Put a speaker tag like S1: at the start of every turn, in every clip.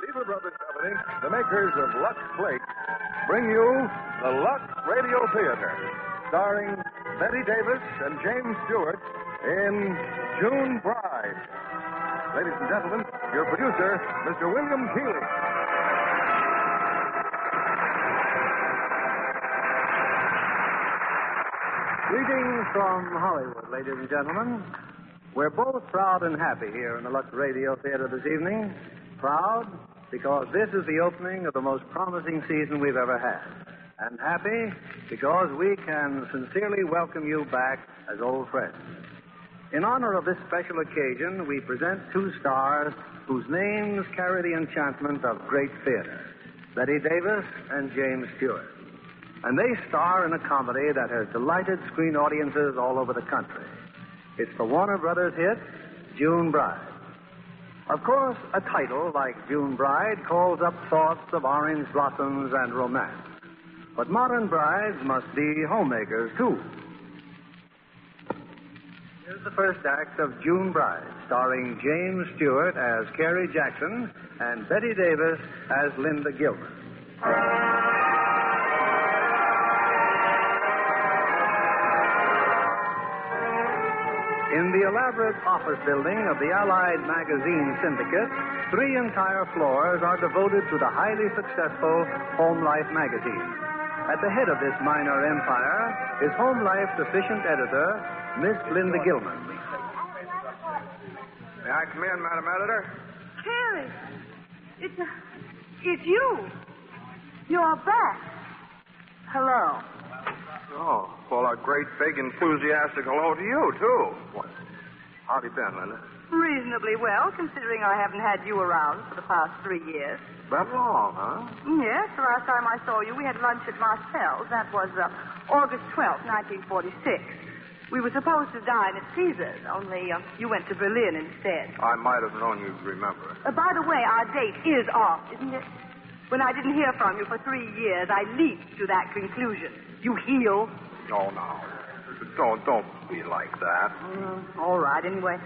S1: Lever Brothers Company, the makers of Lux Flakes, bring you the Lux Radio Theater, starring Betty Davis and James Stewart in June Bride. Ladies and gentlemen, your producer, Mr. William Keeley.
S2: Greetings from Hollywood, ladies and gentlemen. We're both proud and happy here in the Lux Radio Theater this evening. Proud because this is the opening of the most promising season we've ever had. And happy because we can sincerely welcome you back as old friends. In honor of this special occasion, we present two stars whose names carry the enchantment of great theater Betty Davis and James Stewart. And they star in a comedy that has delighted screen audiences all over the country. It's the Warner Brothers hit, June Bride. Of course, a title like June Bride calls up thoughts of orange blossoms and romance. But modern brides must be homemakers, too. Here's the first act of June Bride, starring James Stewart as Carrie Jackson and Betty Davis as Linda Gilbert. In the elaborate office building of the Allied Magazine Syndicate, three entire floors are devoted to the highly successful Home Life magazine. At the head of this minor empire is Home Life's efficient editor, Miss Linda Gilman.
S1: May I come in, Madam Editor?
S3: Carrie, it's it's you. You're back. Hello.
S1: Oh, well, a great big enthusiastic hello to you, too. Well, How've you been, Linda?
S3: Reasonably well, considering I haven't had you around for the past three years.
S1: That long, huh?
S3: Yes, the last time I saw you, we had lunch at Marcel's. That was uh, August twelfth, 1946. We were supposed to dine at Caesar's, only uh, you went to Berlin instead.
S1: I might have known you'd remember.
S3: Uh, by the way, our date is off, isn't it? When I didn't hear from you for three years, I leaped to that conclusion. You heal.
S1: No, no. Don't, don't be like that.
S3: Mm, all right, anyway.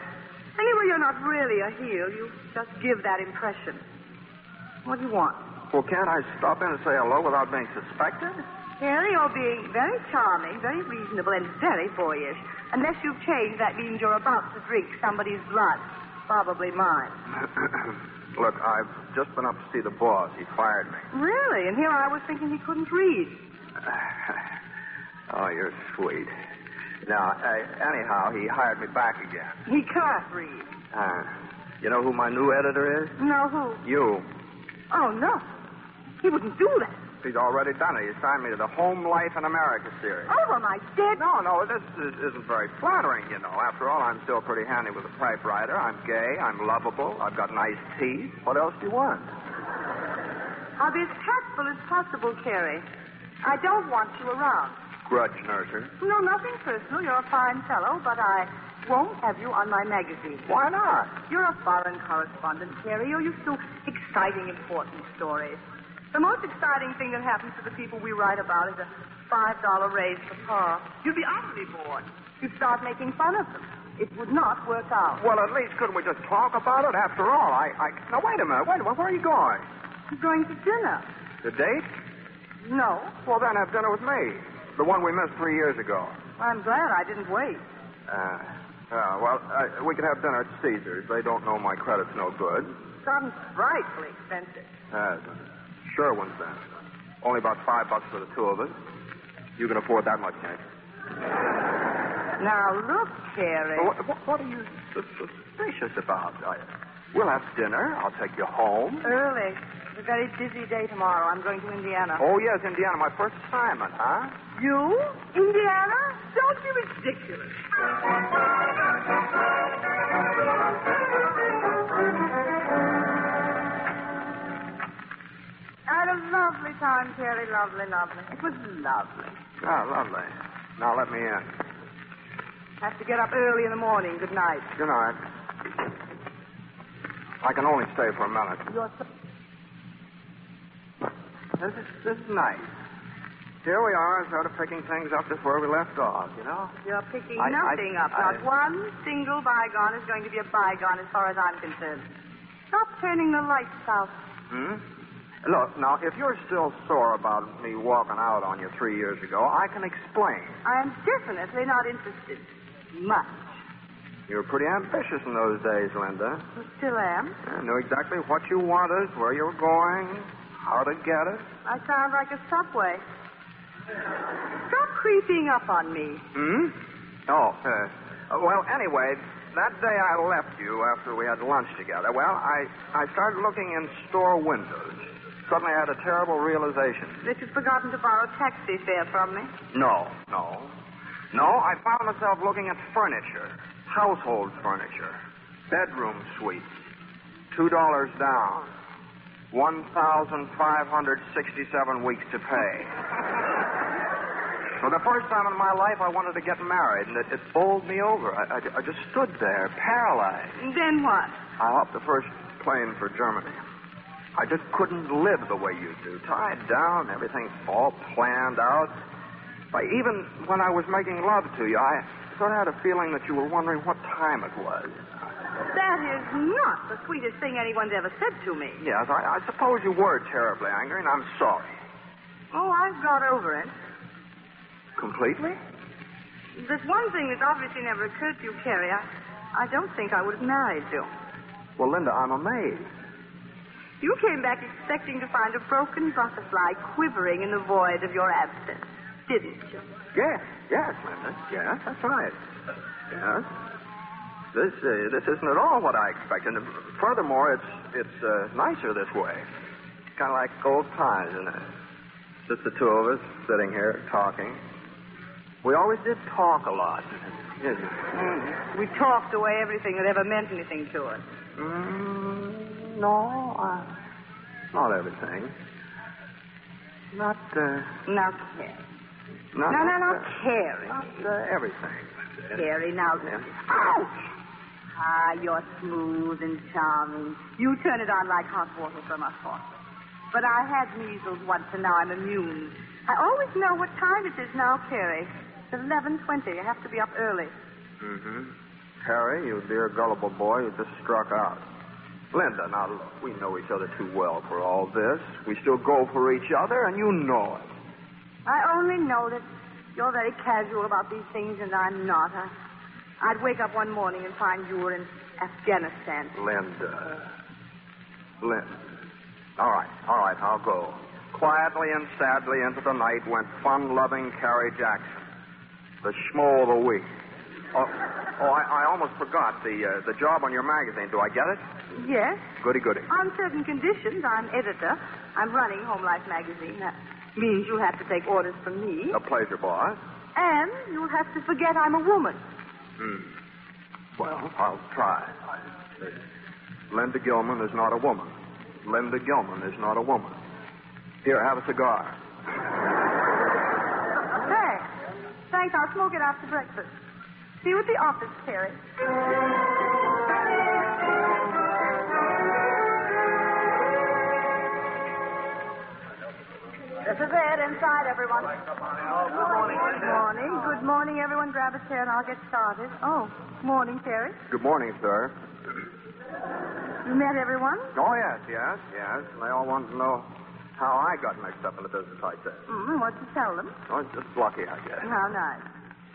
S3: Anyway, you're not really a heel. You just give that impression. What do you want?
S1: Well, can't I stop in and say hello without being suspected?
S3: Harry, you're being very charming, very reasonable, and very boyish. Unless you've changed, that means you're about to drink somebody's blood. Probably mine.
S1: Look, I've just been up to see the boss. He fired me.
S3: Really? And here I was thinking he couldn't read.
S1: oh, you're sweet. Now, uh, anyhow, he hired me back again.
S3: He can't read.
S1: Uh, you know who my new editor is?
S3: No, who?
S1: You.
S3: Oh, no. He wouldn't do that.
S1: He's already done it. He signed me to the Home Life in America series.
S3: Over my Oh, dead.
S2: Oh,
S1: No, no, this is, isn't very flattering, you know. After all, I'm still pretty handy with a typewriter. I'm gay. I'm lovable. I've got nice teeth. What else do you want?
S3: I'll be as tactful as possible, Carrie. I don't want you around.
S1: Grudge nurser.
S3: No, nothing personal. You're a fine fellow, but I won't have you on my magazine.
S2: Why not?
S3: You're a foreign correspondent, Terry. You're used to exciting, important stories. The most exciting thing that happens to the people we write about is a $5 raise for par. You'd be utterly bored. You'd start making fun of them. It would not work out.
S2: Well, at least couldn't we just talk about it? After all, I, I. Now wait a minute. Wait a minute. Where are you going?
S3: You're going to dinner?
S2: The date?
S3: No.
S2: Well, then have dinner with me. The one we missed three years ago.
S3: I'm glad I didn't wait.
S2: Uh, uh, well, uh, we can have dinner at Caesar's. They don't know my credit's no good.
S3: Sounds frightfully expensive.
S2: Uh, sure one's then. Only about five bucks for the two of us. You can afford that much, can't you?
S3: Now, look, Terry.
S2: Well, What, what, what are you sus- suspicious about? I, we'll have dinner. I'll take you home.
S3: Early. It's a very busy day tomorrow. I'm going to Indiana.
S2: Oh, yes, Indiana, my first assignment, huh?
S3: You? Indiana? Don't be ridiculous. Had a lovely time, Terry. Lovely, lovely. It was lovely.
S2: Ah, lovely. Now let me uh, in.
S3: Have to get up early in the morning. Good night.
S2: Good night. I can only stay for a minute.
S3: You're so...
S2: This is, this is nice. Here we are, sort of picking things up just where we left off, you know?
S3: You're picking
S2: I- I-
S3: nothing up.
S2: I-
S3: Not one single bygone is going to be a bygone as far as I'm concerned. Stop turning the lights out.
S2: Hmm? Look, now, if you're still sore about me walking out on you three years ago, I can explain.
S3: I am definitely not interested. Much.
S2: You were pretty ambitious in those days, Linda.
S3: You still am.
S2: I knew exactly what you wanted, where you were going, how to get it.
S3: I sound like a subway. Stop creeping up on me.
S2: Hmm? Oh, uh, well, anyway, that day I left you after we had lunch together, well, I, I started looking in store windows. Suddenly I had a terrible realization.
S3: That you've forgotten to borrow taxi fare from me.
S2: No, no. No, I found myself looking at furniture, household furniture, bedroom suites. Two dollars down. One thousand five hundred sixty-seven weeks to pay. For the first time in my life, I wanted to get married, and it, it bowled me over. I, I, I just stood there, paralyzed.
S3: Then what?
S2: I hopped the first plane for Germany. I just couldn't live the way you do. Tied down, everything all planned out. Why, even when I was making love to you, I sort of had a feeling that you were wondering what time it was.
S3: That is not the sweetest thing anyone's ever said to me.
S2: Yes, I, I suppose you were terribly angry, and I'm sorry.
S3: Oh, I've got over it.
S2: Completely?
S3: There's one thing that's obviously never occurred to you, Carrie. I, I don't think I would have married you.
S2: Well, Linda, I'm amazed.
S3: You came back expecting to find a broken butterfly quivering in the void of your absence, didn't you?
S2: Yes, yes, Linda. Yes, that's right. Yes. This uh, this isn't at all what I expected. And Furthermore, it's it's uh, nicer this way. It's kind of like old times, isn't it? Just the two of us sitting here talking. We always did talk a lot. Yes.
S3: We talked away everything that ever meant anything to us.
S2: Mm, no, uh, not everything. Not uh,
S3: Now, Carrie.
S2: not
S3: No, no, no,
S2: uh,
S3: Carrie.
S2: not uh, everything.
S3: Carrie, now.
S2: Yeah.
S3: Ouch! Ah, you're smooth and charming. You turn it on like hot water from a faucet. But I had measles once, and now I'm immune. I always know what time it is now, Carrie. It's 11.20. I have to be up early.
S2: Mm-hmm. Harry, you dear gullible boy, you just struck out. Linda, now look, we know each other too well for all this. We still go for each other, and you know it.
S3: I only know that you're very casual about these things, and I'm not. I, I'd wake up one morning and find you were in Afghanistan.
S2: Linda. Linda. All right, all right, I'll go. Quietly and sadly into the night went fun loving Carrie Jackson, the schmo of the week. Oh, oh I, I almost forgot the, uh, the job on your magazine. Do I get it?
S3: Yes,
S2: Goody, goody.
S3: on certain conditions. I'm editor. I'm running Home Life magazine. That means you'll have to take orders from me,
S2: A pleasure, boss.
S3: and you'll have to forget I'm a woman.
S2: Hmm. Well, I'll try. Linda Gilman is not a woman. Linda Gilman is not a woman. Here, have a cigar.
S3: Thanks. Thanks. I'll smoke it after breakfast. See you at the office, Terry. This is it. Inside, everyone.
S2: good morning,
S3: Good morning. Good morning, everyone. Grab a chair and I'll get started. Oh, morning, Terry.
S1: Good morning, sir.
S3: You met everyone?
S2: Oh, yes, yes, yes. And they all want to know how I got mixed up in the business like this.
S3: Mm, what to tell them?
S2: Oh, it's just lucky, I guess.
S3: How nice.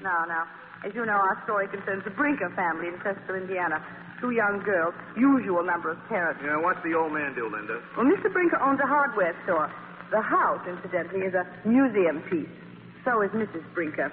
S3: Now, now, as you know, our story concerns the Brinker family in Chester, Indiana. Two young girls, usual number of parents.
S2: Yeah, what's the old man do, Linda?
S3: Well, Mr. Brinker owns a hardware store. The house, incidentally, is a museum piece. So is Mrs. Brinker.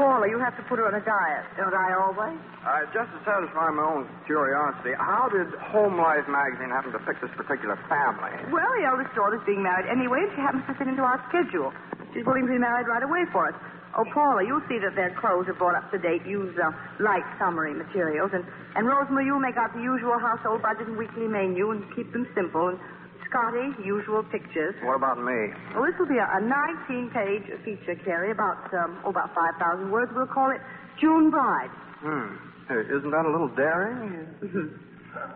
S3: Paula, you have to put her on a diet. Don't I always?
S2: Uh, just to satisfy my own curiosity, how did Home Life magazine happen to pick this particular family?
S3: Well, the eldest daughter's being married anyway, and she happens to fit into our schedule. She's willing to be married right away for us. Oh, Paula, you'll see that their clothes are brought up to date, use uh, light summary materials. And, and Rosemary, you'll make out the usual household budget and weekly menu and keep them simple. And Scotty, usual pictures.
S2: What about me?
S3: Well, this will be a, a 19 page feature, Carrie, about, um, oh, about 5,000 words. We'll call it June Bride.
S2: Hmm. Hey, isn't that a little daring?
S3: Mm-hmm.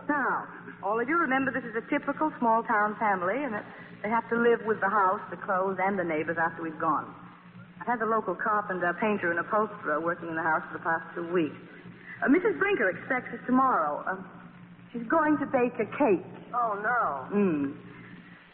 S3: Now, all of you remember this is a typical small town family, and that they have to live with the house, the clothes, and the neighbors after we've gone. I've had the local carpenter, painter, and upholsterer working in the house for the past two weeks. Uh, Mrs. Brinker expects us tomorrow. Um, she's going to bake a cake.
S4: Oh, no.
S3: Mm.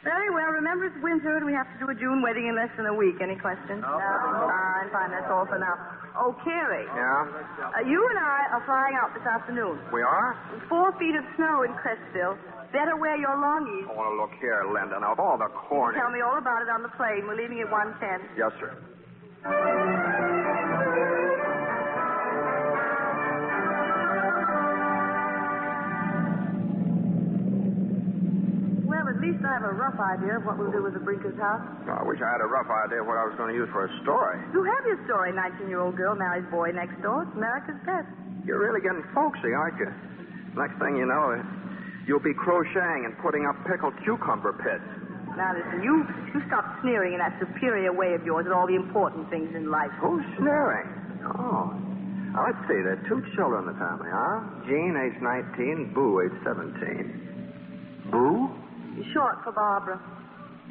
S3: Very well. Remember, it's winter, and we have to do a June wedding in less than a week. Any questions? No. Fine, fine. That's all for now. Oh, Carrie,
S2: Yeah?
S3: uh, you and I are flying out this afternoon.
S2: We are?
S3: Four feet of snow in Crestville. Better wear your longies.
S2: Oh, well, look here, Linda. Now, of all the corny.
S3: Tell me all about it on the plane. We're leaving at 1.10.
S2: Yes, sir.
S3: Well, at least I have a rough idea of what we'll do with the Brinker's house.
S2: I wish I had a rough idea of what I was going to use for a story.
S3: You have your story, 19-year-old girl marries boy next door. It's America's best.
S2: You're really getting folksy, aren't you? Next thing you know, you'll be crocheting and putting up pickled cucumber pits.
S3: Now, listen, you, you stop sneering in that superior way of yours at all the important things in life.
S2: Who's sneering? Oh. Now, let's see. There are two children in the family, huh? Jean, age 19, Boo, age 17. Boo?
S3: Short for Barbara.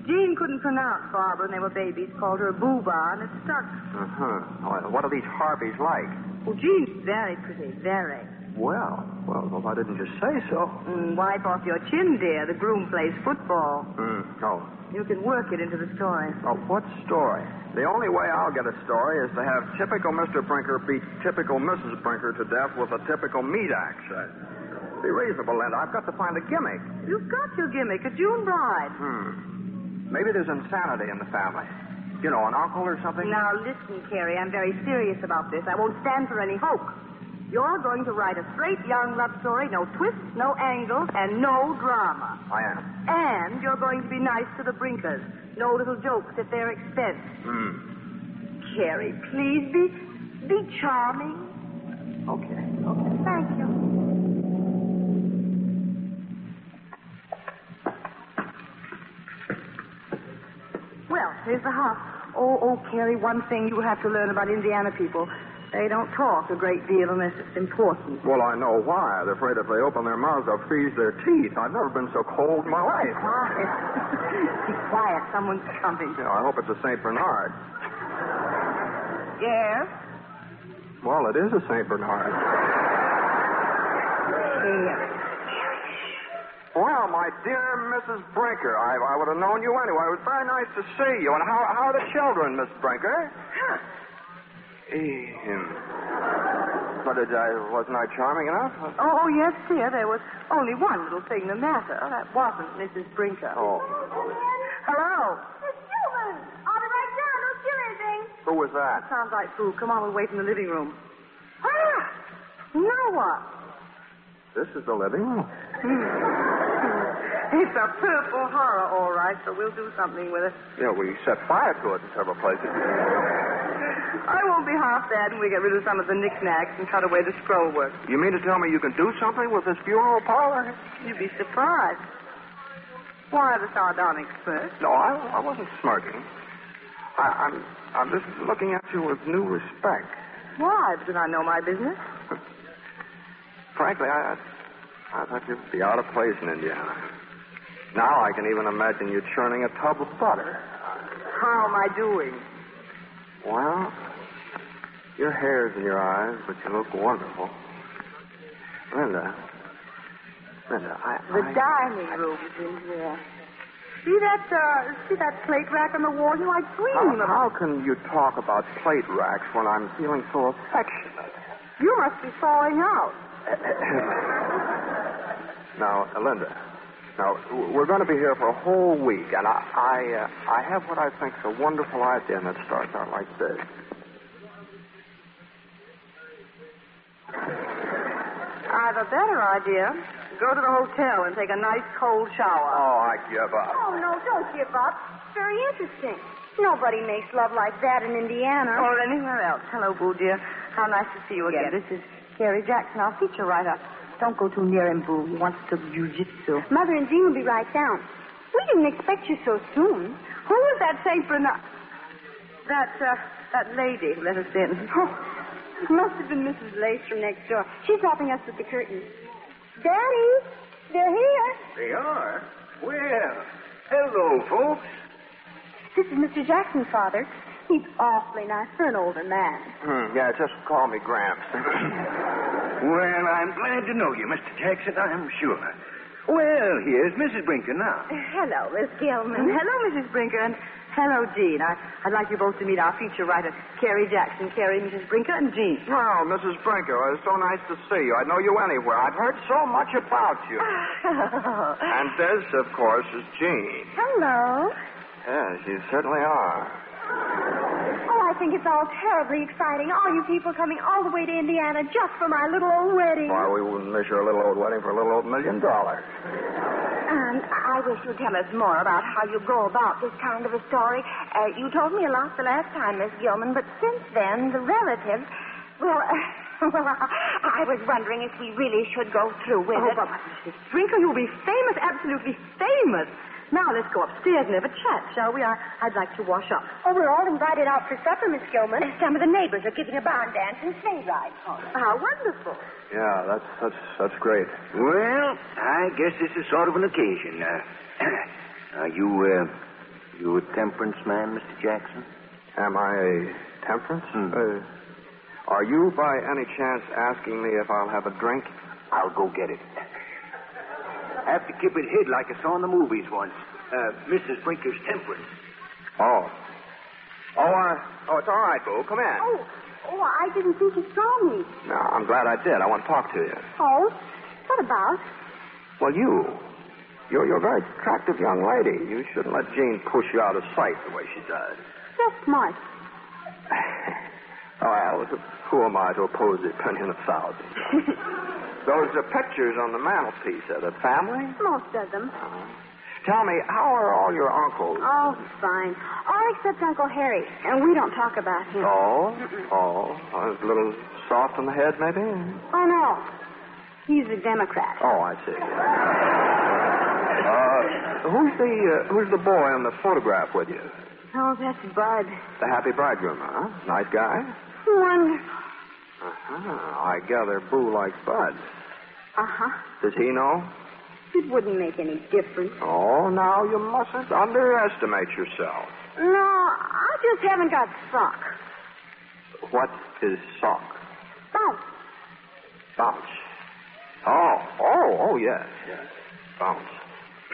S3: Jean couldn't pronounce Barbara when they were babies. Called her Booba, and it stuck.
S2: Uh-huh. Well, What are these Harveys like?
S3: Well, Jean's very pretty, very.
S2: Well, well, well, why didn't you say so?
S3: Mm, wipe off your chin, dear. The groom plays football.
S2: Hmm. Oh.
S3: You can work it into the story.
S2: Well, Oh, what story? The only way I'll get a story is to have typical Mr. Brinker beat typical Mrs. Brinker to death with a typical meat axe. Uh, Be reasonable, Linda. I've got to find a gimmick.
S3: You've got your gimmick, a June bride.
S2: Hmm. Maybe there's insanity in the family. You know, an uncle or something?
S3: Now, listen, Carrie, I'm very serious about this. I won't stand for any hoax. You're going to write a straight young love story, no twists, no angles, and no drama.
S2: I am.
S3: And you're going to be nice to the Brinkers. No little jokes at their expense.
S2: Hmm.
S3: Carrie, please be, be charming.
S2: Okay.
S3: Thank you. Well, here's the house. Oh, oh, Carrie, one thing you have to learn about Indiana people. They don't talk a great deal unless it's important.
S2: Well, I know why. They're afraid if they open their mouths, they'll freeze their teeth. I've never been so cold in my life.
S3: Quiet. Be quiet. Someone's coming.
S2: You know, I hope it's a St. Bernard.
S3: Yes?
S2: Well, it is a St. Bernard.
S3: Yes.
S2: Well, my dear Mrs. Brinker, I, I would have known you anyway. It was very nice to see you. And how, how are the children, Miss Brinker? Ahem. What did I, uh, wasn't I charming enough?
S3: Oh, oh, yes, dear. There was only one little thing the matter. Oh, That wasn't Mrs. Brinker.
S2: Oh,
S3: Hello.
S4: It's Susan. I'll be right down. Don't do anything.
S2: who was that?
S3: Sounds like food. Come on, we'll wait in the living room. Ah! Noah!
S2: This is the living room.
S3: Hmm. It's a purple horror, all right, so we'll do something with it.
S2: Yeah, we set fire to it in several places.
S3: I won't be half bad when we get rid of some of the knickknacks and cut away the scrollwork.
S2: You mean to tell me you can do something with this funeral parlor?
S3: You'd be surprised. Why the sardonic smirk?
S2: No, I, I wasn't smirking. I, I'm, I'm just looking at you with new respect.
S3: Why? Do not know my business.
S2: Frankly, I, I thought you'd be out of place in Indiana. Now I can even imagine you churning a tub of butter.
S3: How am I doing?
S2: Well, your hair's in your eyes, but you look wonderful. Linda, Linda, I.
S3: The
S2: I-
S3: dining room is in here. See that, uh, see that plate rack on the wall? You, I dream
S2: How,
S3: about.
S2: how can you talk about plate racks when I'm feeling so affectionate?
S3: You must be falling out.
S2: now, Linda, now w- we're going to be here for a whole week, and I, I, uh, I have what I think's a wonderful idea, and it starts out like this.
S3: I have a better idea. Go to the hotel and take a nice cold shower.
S2: Oh, I give up.
S5: Oh, no, don't give up. It's very interesting. Nobody makes love like that in Indiana.
S3: Or anywhere else. Hello, Boo dear. How nice to see you again. This is Carrie Jackson, our feature writer. Don't go too near him, Boo. He wants to jujitsu.
S5: Mother and Jean will be right down. We didn't expect you so soon.
S3: Who was that Saint Bernard? That uh, that lady let us in.
S5: Oh, it must have been Mrs. Lace from next door. She's helping us with the curtains. Daddy, they're here.
S6: They are? Well, hello, folks.
S5: This is Mr. Jackson, Father. He's awfully nice for an older man.
S2: Hmm, yeah, just call me Gramps.
S6: Well, I'm glad to know you, Mr. Jackson, I'm sure. Well, here's Mrs. Brinker now.
S3: Hello, Miss Gilman. Hello, Mrs. Brinker, and hello, Jean. I, I'd like you both to meet our feature writer, Carrie Jackson. Carrie, Mrs. Brinker, and Jean.
S2: well, Mrs. Brinker, it's so nice to see you. I know you anywhere. I've heard so much about you. and this, of course, is Jean.
S5: Hello.
S2: Yes, you certainly are.
S5: Oh, I think it's all terribly exciting. All you people coming all the way to Indiana just for my little old wedding.
S2: Why, we wouldn't miss your little old wedding for a little old million dollars.
S5: And I wish you'd tell us more about how you go about this kind of a story. Uh, you told me a lot the last time, Miss Gilman, but since then, the relatives. Well, well, I, I was wondering if we really should go through with
S3: Oh,
S5: it.
S3: but Mrs. Brinker, you'll be famous, absolutely famous. Now let's go upstairs and have a chat, shall we? I, I'd like to wash up.
S5: Oh, we're all invited out for supper, Miss Gilman. Uh, Oh. Some of the neighbors are giving a barn dance and sleigh ride. Ah,
S3: How wonderful.
S2: Yeah, that's that's that's great.
S6: Well, I guess this is sort of an occasion. Uh, are you, uh, you a temperance man, Mr. Jackson? Hmm.
S2: Am I a temperance? Uh, are you by any chance asking me if I'll have a drink?
S6: I'll go get it. Have to keep it hid like I saw in the movies once. Uh, Mrs. Brinker's temperance.
S2: Oh. Oh, I, oh, it's all right, Boo. Come in.
S5: Oh, oh, I didn't think you saw me.
S2: No, I'm glad I did. I want to talk to you.
S5: Oh, what about?
S2: Well, you. You're, you're a very attractive young lady. You shouldn't let Jean push you out of sight the way she does.
S5: That's smart.
S2: well, Oh, who am I to oppose the opinion of thousands? Those are pictures on the mantelpiece of the family. Uh-huh.
S5: Most of them.
S2: Tell me, how are all your uncles?
S5: Oh, fine. All except Uncle Harry, and we don't talk about him.
S2: Oh, oh, I was a little soft on the head, maybe.
S5: Oh, no. He's a Democrat.
S2: Oh, I see. Uh, who's the uh, who's the boy on the photograph with you?
S5: Oh, that's Bud.
S2: The happy bridegroom, huh? Nice guy.
S5: Wonderful.
S2: Uh-huh. I gather Boo likes Bud.
S5: Uh-huh.
S2: Does he know?
S5: It wouldn't make any difference.
S2: Oh, now you mustn't underestimate yourself.
S5: No, I just haven't got sock.
S2: What is sock?
S5: Bounce.
S2: Bounce. Oh, oh, oh, yes, yes. Bounce.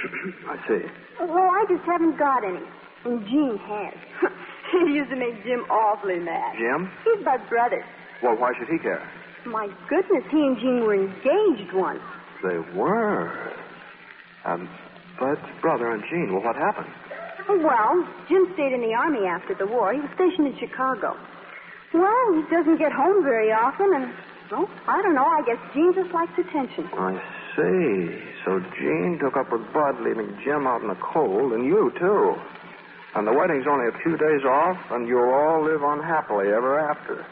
S2: I see.
S5: Oh, I just haven't got any. And Gene has. it used to make Jim awfully mad.
S2: Jim?
S5: He's Bud's brother.
S2: Well, why should he care?
S5: My goodness, he and Gene were engaged once.
S2: They were. Um, Bud's brother and Jean. Well, what happened?
S5: Well, Jim stayed in the Army after the war. He was stationed in Chicago. Well, he doesn't get home very often, and, well, I don't know. I guess Gene just likes attention.
S2: I see. So Jean took up with Bud, leaving Jim out in the cold, and you, too. And the wedding's only a few days off, and you'll all live unhappily ever after.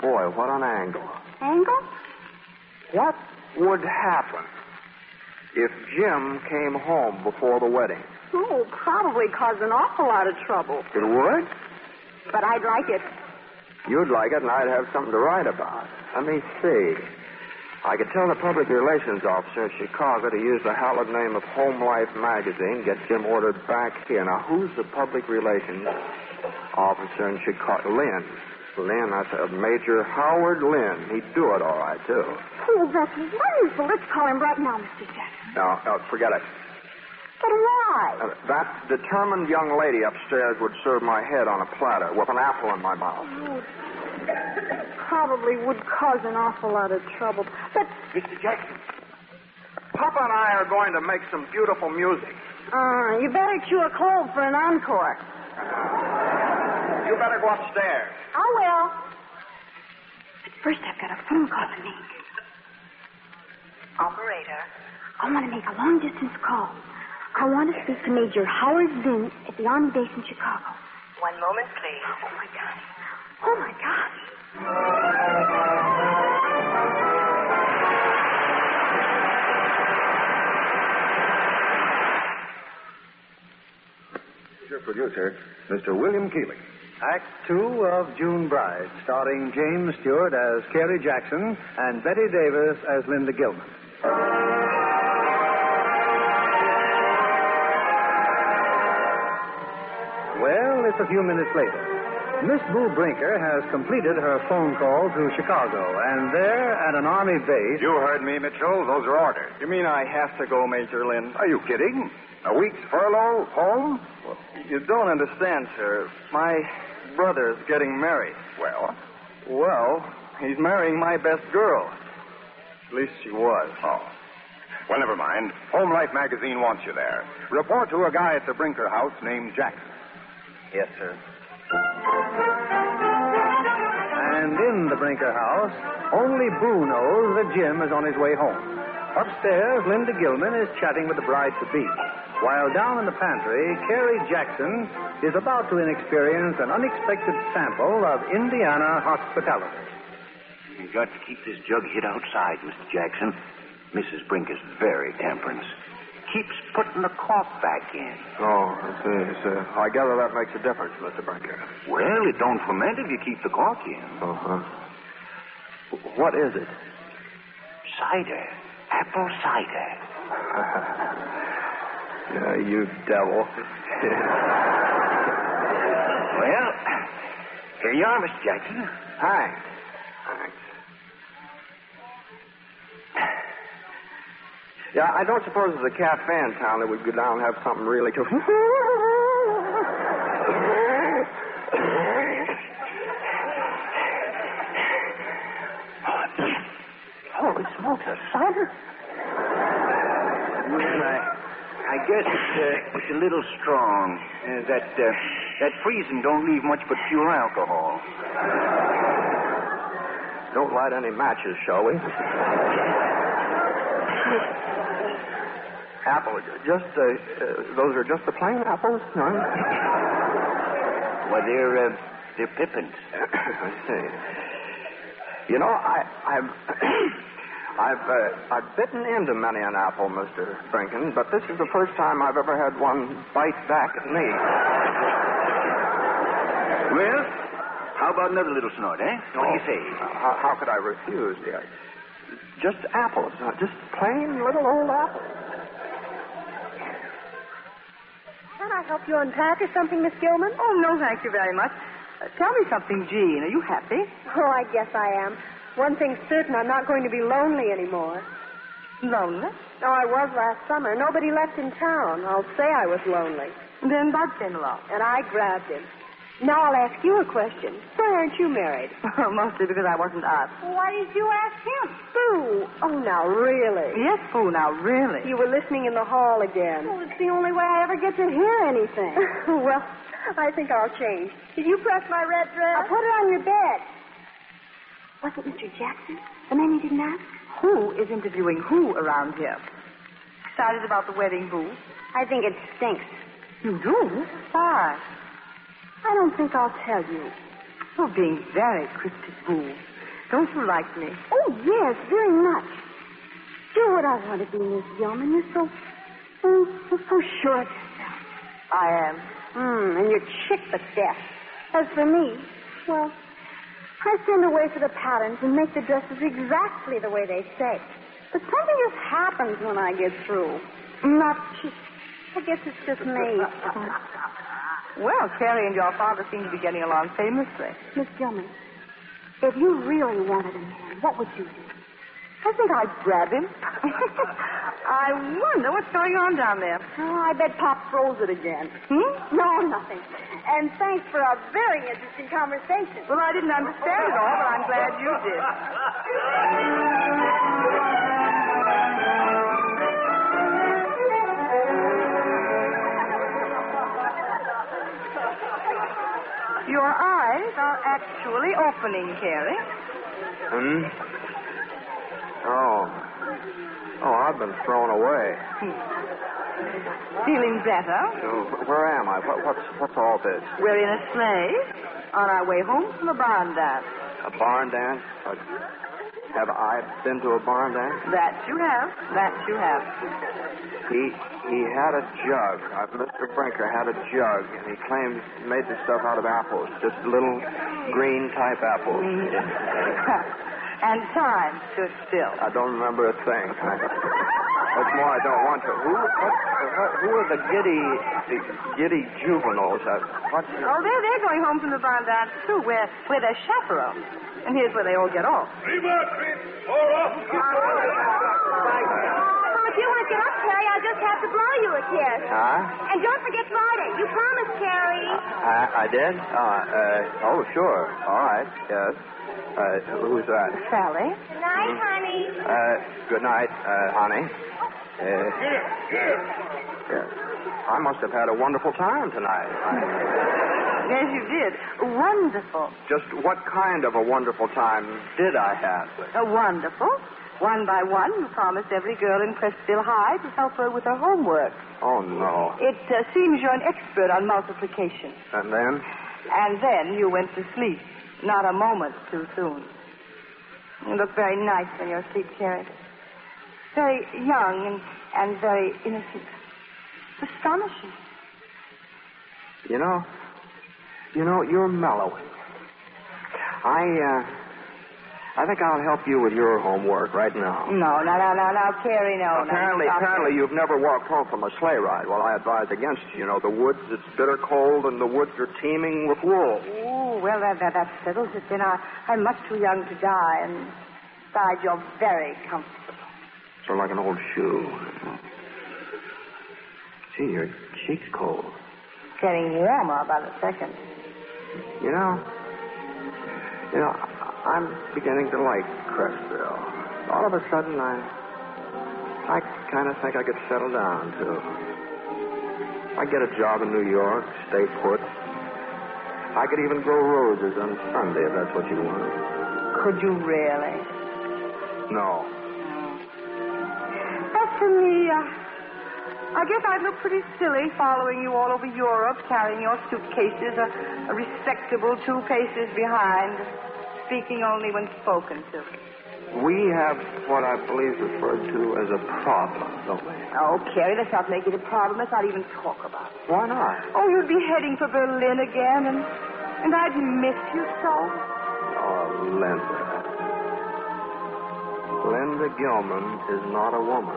S2: Boy, what an angle.
S5: Angle?
S2: What would happen if Jim came home before the wedding?
S5: Oh, probably caused an awful lot of trouble.
S2: It would?
S5: But I'd like it.
S7: You'd like it, and I'd have something to write about. Let me see. I could tell the public relations officer in Chicago to use the hallowed name of Home Life magazine, get Jim ordered back here. Now, who's the public relations officer in Chicago? Lynn. Lynn, that's a Major Howard Lynn. He'd do it all right, too.
S4: Oh, that's wonderful. Let's call him right now, Mr. Jackson.
S7: Now, uh, forget it.
S4: But why?
S7: Uh, that determined young lady upstairs would serve my head on a platter with an apple in my mouth.
S5: Probably would cause an awful lot of trouble. But
S7: Mr. Jackson, Papa and I are going to make some beautiful music.
S3: Ah,
S5: uh, you better cure cold for an encore.
S7: You better go upstairs.
S4: I will.
S5: But first, I've got a phone call to make.
S3: Operator.
S5: I want to make a long distance call. I want to speak to Major Howard Zinn at the Army base in Chicago.
S3: One moment, please.
S5: Oh my God! Oh my God!
S1: Your producer, Mr. William Keeling.
S2: Act two of June Bride, starring James Stewart as Carrie Jackson and Betty Davis as Linda Gilman. Well, it's a few minutes later. Miss Boo Brinker has completed her phone call to Chicago, and there at an Army base.
S1: You heard me, Mitchell. Those are orders. You mean I have to go, Major Lynn? Are you kidding? A week's furlough, home?
S8: You don't understand, sir. My brother's getting married.
S1: Well,
S8: Well, he's marrying my best girl. At least she was.
S1: oh. Well, never mind. Home Life magazine wants you there. Report to a guy at the Brinker house named Jackson.
S8: Yes, sir.
S2: And in the Brinker house, only Boo knows that Jim is on his way home. Upstairs, Linda Gilman is chatting with the bride to be, while down in the pantry, Carrie Jackson is about to experience an unexpected sample of Indiana hospitality.
S9: You've got to keep this jug hid outside, Mr. Jackson. Mrs. Brink is very temperance. Keeps putting the cork back in.
S7: Oh, I see. sir. uh, I gather that makes a difference, Mr. Brinker.
S9: Well, it don't ferment if you keep the cork in.
S7: Uh-huh. What is it?
S9: Cider. Apple cider.
S7: Yeah, you devil.
S9: Well, here you are, Mr. Jackson.
S7: Thanks. Thanks. Yeah, I don't suppose there's a cafe in town that would go down and have something really cool.
S9: Holy smokes, a cider? Well, I, I guess it's, uh, it's a little strong. Uh, that, uh, that freezing don't leave much but pure alcohol.
S7: don't light any matches, shall we? Apple, just uh, uh, those are just the plain apples, no?
S9: Well, they're, uh, they're pippins.
S7: I see. You know, I, I've, I've, uh, I've bitten into many an apple, Mister Brinken, but this is the first time I've ever had one bite back at me.
S9: Well, how about another little snort, eh? What do you say?
S7: Uh, how, how could I refuse? dear? Just apples, uh, just plain little old apples.
S5: Can I help you unpack or something, Miss Gilman?
S3: Oh, no, thank you very much. Uh, tell me something, Jean. Are you happy?
S5: Oh, I guess I am. One thing's certain, I'm not going to be lonely anymore.
S3: Lonely?
S5: Oh, I was last summer. Nobody left in town. I'll say I was lonely.
S3: Then Bud came along.
S5: And I grabbed him. Now I'll ask you a question. Why aren't you married?
S3: Mostly because I wasn't asked.
S4: Why did you ask him?
S5: Boo! Oh, now, really?
S3: Yes, fool, now, really.
S5: You were listening in the hall again.
S4: Oh, it's the only way I ever get to hear anything.
S5: well, I think I'll change.
S4: Did you press my red dress?
S5: I'll put it on your bed.
S4: Was it Mr. Jackson? The man you didn't ask?
S3: Who is interviewing who around here? Excited about the wedding, Boo?
S4: I think it stinks.
S3: You do? Why?
S4: I don't think I'll tell you.
S3: You're being very cryptic, Boo. Don't you like me?
S4: Oh, yes, very much. You're what I want to be, Miss Gilman. You're so, so,
S5: oh,
S4: so, so sure of yourself.
S3: I am.
S5: Hmm,
S4: Mm, and you're chick but death. As for me, well,
S5: I send away for the patterns and make the dresses exactly the way they say. But something just happens when I get through. Not cheap. I guess it's just me.
S3: Well, Carrie and your father seem to be getting along famously.
S5: Miss Gilman, if you really wanted a man, what would you do?
S3: I think I'd grab him. I wonder what's going on down there.
S5: Oh, I bet Pop froze it again. Hmm? No, nothing. And thanks for a very interesting conversation.
S3: Well, I didn't understand it all, but I'm glad you did. Your eyes are actually opening, Carrie.
S7: Hmm? Oh. Oh, I've been thrown away.
S3: Feeling better?
S7: Oh, wh- where am I? What, what's, what's all this?
S3: We're in a sleigh on our way home from the barn dance.
S7: A barn dance? A- have I been to a barn dance?
S3: That you have. That you have.
S7: He he had a jug. Uh, Mr. Brinker had a jug, and he claimed he made the stuff out of apples, just little green type apples.
S3: and time stood still.
S7: I don't remember a thing. That's more, I don't want to. Who what, what, who are the giddy the giddy juveniles? Uh, what?
S3: Oh, they're, they're going home from the barn dance, too, where, where they're chaperones. And here's where they all get off.
S4: Well, if you won't get up, Carrie, I'll just have to blow you a kiss.
S7: Huh?
S4: And don't forget Friday. You promised, Carrie.
S7: I, I did? Uh, uh, oh, sure. All right. Yes. Uh, who's that?
S3: Sally?
S4: Good night, honey.
S7: Uh, good night, uh, honey. Uh, yes. I must have had a wonderful time tonight.
S3: Yes, you did. Wonderful.
S7: Just what kind of a wonderful time did I have?
S3: Uh, wonderful. One by one, you promised every girl in Crestville High to help her with her homework.
S7: Oh, no.
S3: It uh, seems you're an expert on multiplication.
S7: And then?
S3: And then you went to sleep, not a moment too soon. You look very nice in your sleep, Carrie. Very young and, and very innocent. Astonishing.
S7: You know, you know, you're mellowing. I, uh, I think I'll help you with your homework right now.
S3: No, no, no, no, no, Carrie, no,
S7: Apparently,
S3: no. Stop it.
S7: apparently, you've never walked home from a sleigh ride. Well, I advise against it. You know, the woods, it's bitter cold, and the woods are teeming with wolves.
S3: Oh, well, that, that, that settles it then. I, I'm much too young to die, and besides, you're very comfortable.
S7: Sort of like an old shoe. Gee, your cheek's cold.
S3: Getting warmer by the second.
S7: You know, you know, I- I'm beginning to like Crestville. All of a sudden, I, I kind of think I could settle down too. I get a job in New York, stay put. I could even grow roses on Sunday if that's what you want.
S3: Could you really?
S7: No,
S3: As for me, uh, I guess I'd look pretty silly following you all over Europe, carrying your suitcases a, a respectable two paces behind, speaking only when spoken to.
S7: we have what I believe is referred to as a problem, don't we?
S3: Oh, Carrie, let's not make it a problem. Let's not even talk about it.
S7: Why not?
S3: Oh, you'd be heading for Berlin again, and, and I'd miss you so.
S7: Oh, Linda. Linda Gilman is not a woman.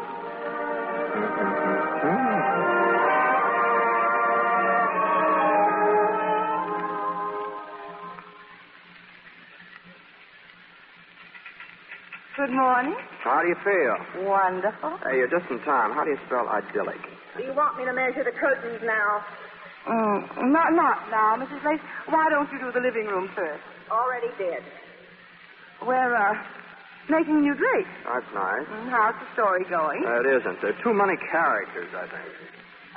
S3: Good morning.
S7: How do you feel?
S3: Wonderful.
S7: Hey, you're just in time. How do you spell idyllic?
S4: Do you want me to measure the curtains now?
S3: Mm, not, not now, Mrs. Lace. Why don't you do the living room first?
S4: Already did.
S3: We're, uh, making new drapes.
S7: That's nice.
S3: Mm, How's the story going?
S7: It isn't. There are too many characters, I think.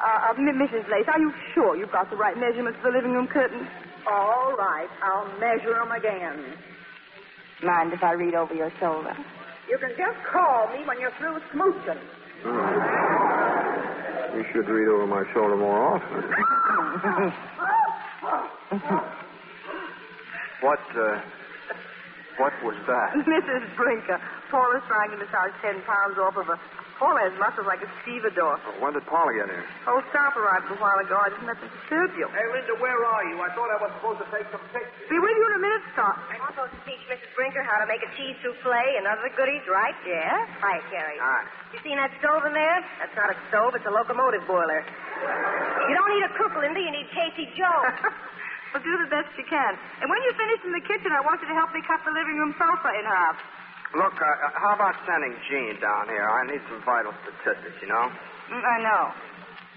S3: Uh, uh, M- Mrs. Lace, are you sure you've got the right measurements for the living room curtains?
S4: All right, I'll measure them again.
S3: Mind if I read over your shoulder?
S4: You can just call me when you're through smooching.
S7: Hmm. You should read over my shoulder more often. what, uh, what was that?
S3: Mrs. Brinker, Paul is trying to massage ten pounds off of a Paula has muscles like a stevedore.
S7: Well, when did Paula get here?
S3: Old Sop arrived a while ago. I didn't let them disturb you.
S10: Hey, Linda, where are you? I thought I was supposed to take some pictures.
S3: Be with you in a minute, Sop.
S11: I'm supposed to teach Mrs. Brinker how to make a cheese souffle and other goodies right there. Hi, Carrie.
S7: Hi.
S11: You seen that stove in there? That's not a stove. It's a locomotive boiler. You don't need a cook, Linda. You need Casey Jones.
S3: well, do the best you can. And when you finish in the kitchen, I want you to help me cut the living room sofa in half.
S7: Look, uh, uh, how about sending Jean down here? I need some vital statistics, you know?
S3: Mm, I know.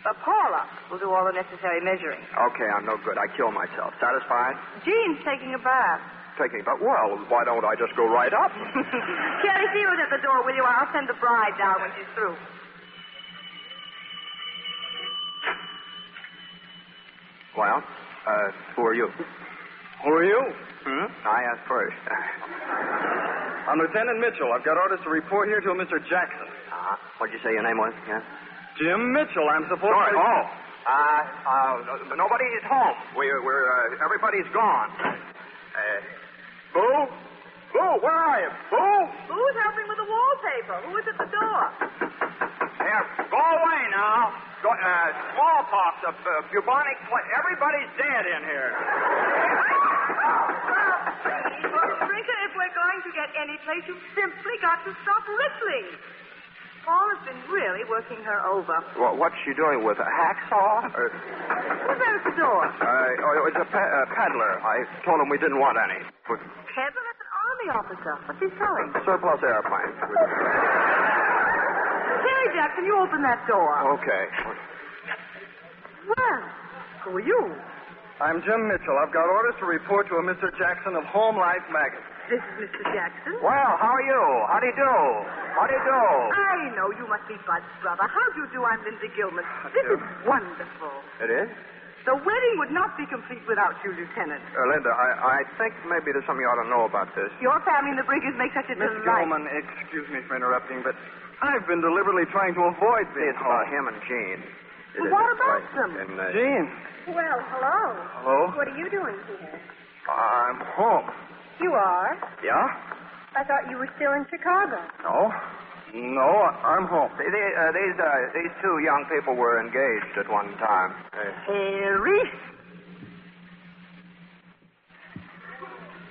S3: But Paula will do all the necessary measuring.
S7: Okay, I'm no good. I kill myself. Satisfied?
S3: Jean's taking a bath.
S7: Taking but well, why don't I just go right up?
S3: Carrie, see who's at the door, will you? I'll send the bride down when she's through.
S7: Well, uh, who are you?
S2: Who are you?
S7: Hmm? I asked first. Uh,
S2: I'm Lieutenant Mitchell. I've got orders to report here to a Mr. Jackson.
S7: uh, what'd you say your name was? Yeah?
S2: Jim Mitchell. I'm supposed
S7: Sorry.
S2: to.
S7: Oh. Uh, uh, nobody is home. We're, we're, uh, everybody's gone. Uh, Boo? Boo, where are you? Boo?
S3: Who's helping with the wallpaper? Who is at the door?
S7: Here, go away now. Go, uh, smallpox, a, uh bubonic plague. Everybody's dead in here.
S3: Brinker, if we're going to get any place, you've simply got to stop rippling. Paula's been really working her over.
S7: Well, what's she doing with a hacksaw? Or,
S3: Who's there at the door?
S7: uh, oh, it was a pe- uh, peddler. I told him we didn't want any. But
S3: Kevin, that's an army officer. What's he selling?
S7: surplus airplanes.
S3: Terry Jackson, you open that door.
S7: Okay.
S3: Well, who are you?
S2: I'm Jim Mitchell. I've got orders to report to a Mr. Jackson of Home Life Magazine.
S3: This is Mr. Jackson.
S7: Well, how are you? How do you do? How do you do?
S3: I know you must be Bud's brother. How do you do? I'm Linda Gilman. This is wonderful.
S7: It is?
S3: The wedding would not be complete without you, Lieutenant.
S7: Uh, Linda, I, I think maybe there's something you ought to know about this.
S3: Your family and the Brinkers make such a
S2: Miss
S3: delight.
S2: Gilman, excuse me for interrupting, but I've been deliberately trying to avoid being
S7: It's
S2: home.
S7: about him and Jean.
S3: Well, what about them?
S7: And, uh,
S2: Jean,
S5: Well, hello.
S2: Hello?
S5: What are you doing here?
S2: I'm home.
S5: You are.
S2: Yeah?
S5: I thought you were still in Chicago.
S2: No? No, I- I'm home.
S7: They, they, uh, these, uh, these two young people were engaged at one time. Uh,
S3: Harry?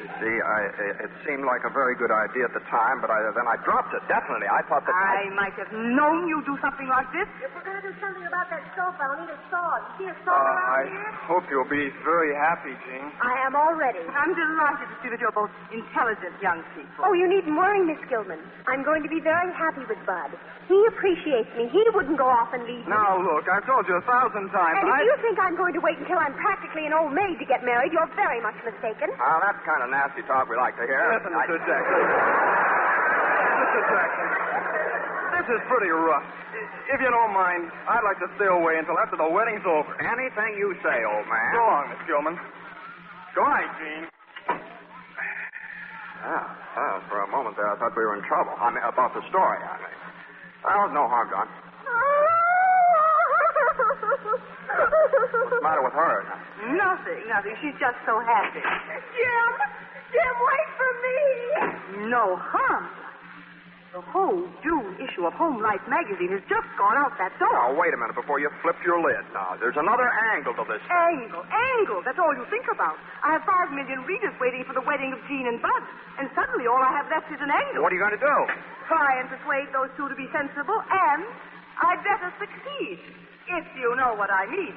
S7: you see, I, it, it seemed like a very good idea at the time, but I, then I dropped it, definitely. I thought that...
S3: I might have known you'd do something like this.
S5: If we're going to do something about that sofa, I'll need a saw. You see a
S2: Uh,
S5: saw
S2: I
S5: around here?
S2: hope you'll be very happy, Jean.
S5: I am already.
S3: I'm delighted to see that you're both intelligent young people.
S5: Oh, you needn't worry, Miss Gilman. I'm going to be very happy with Bud. He appreciates me. He wouldn't go off and leave me.
S2: Now, look, I've told you a thousand times.
S5: And
S2: I...
S5: if you think I'm going to wait until I'm practically an old maid to get married, you're very much mistaken.
S7: Well, that's kind of nasty talk we like to hear.
S2: Listen,
S7: I-
S2: Mr. Jackson. Mr. Jackson, this is pretty rough. I- If you don't mind, I'd like to stay away until after the wedding's over.
S7: Anything you say, old man.
S2: Go on, Miss Gilman. Go on, Jean.
S7: Ah, ah, for a moment there, I thought we were in trouble. I mean, about the story, I mean. Well, no harm done. What's the matter with her?
S3: Nothing, nothing. She's just so happy.
S5: Jim! Jim, wait for me!
S3: No harm. The whole June issue of Home Life magazine has just gone out that
S7: Now,
S3: door.
S7: Oh, wait a minute before you flip your lid. Now, there's another angle to this.
S3: Angle, angle. That's all you think about. I have five million readers waiting for the wedding of Jean and Bud, and suddenly all I have left is an angle.
S7: What are you going to do?
S3: Try and persuade those two to be sensible, and I'd better succeed, if you know what I mean.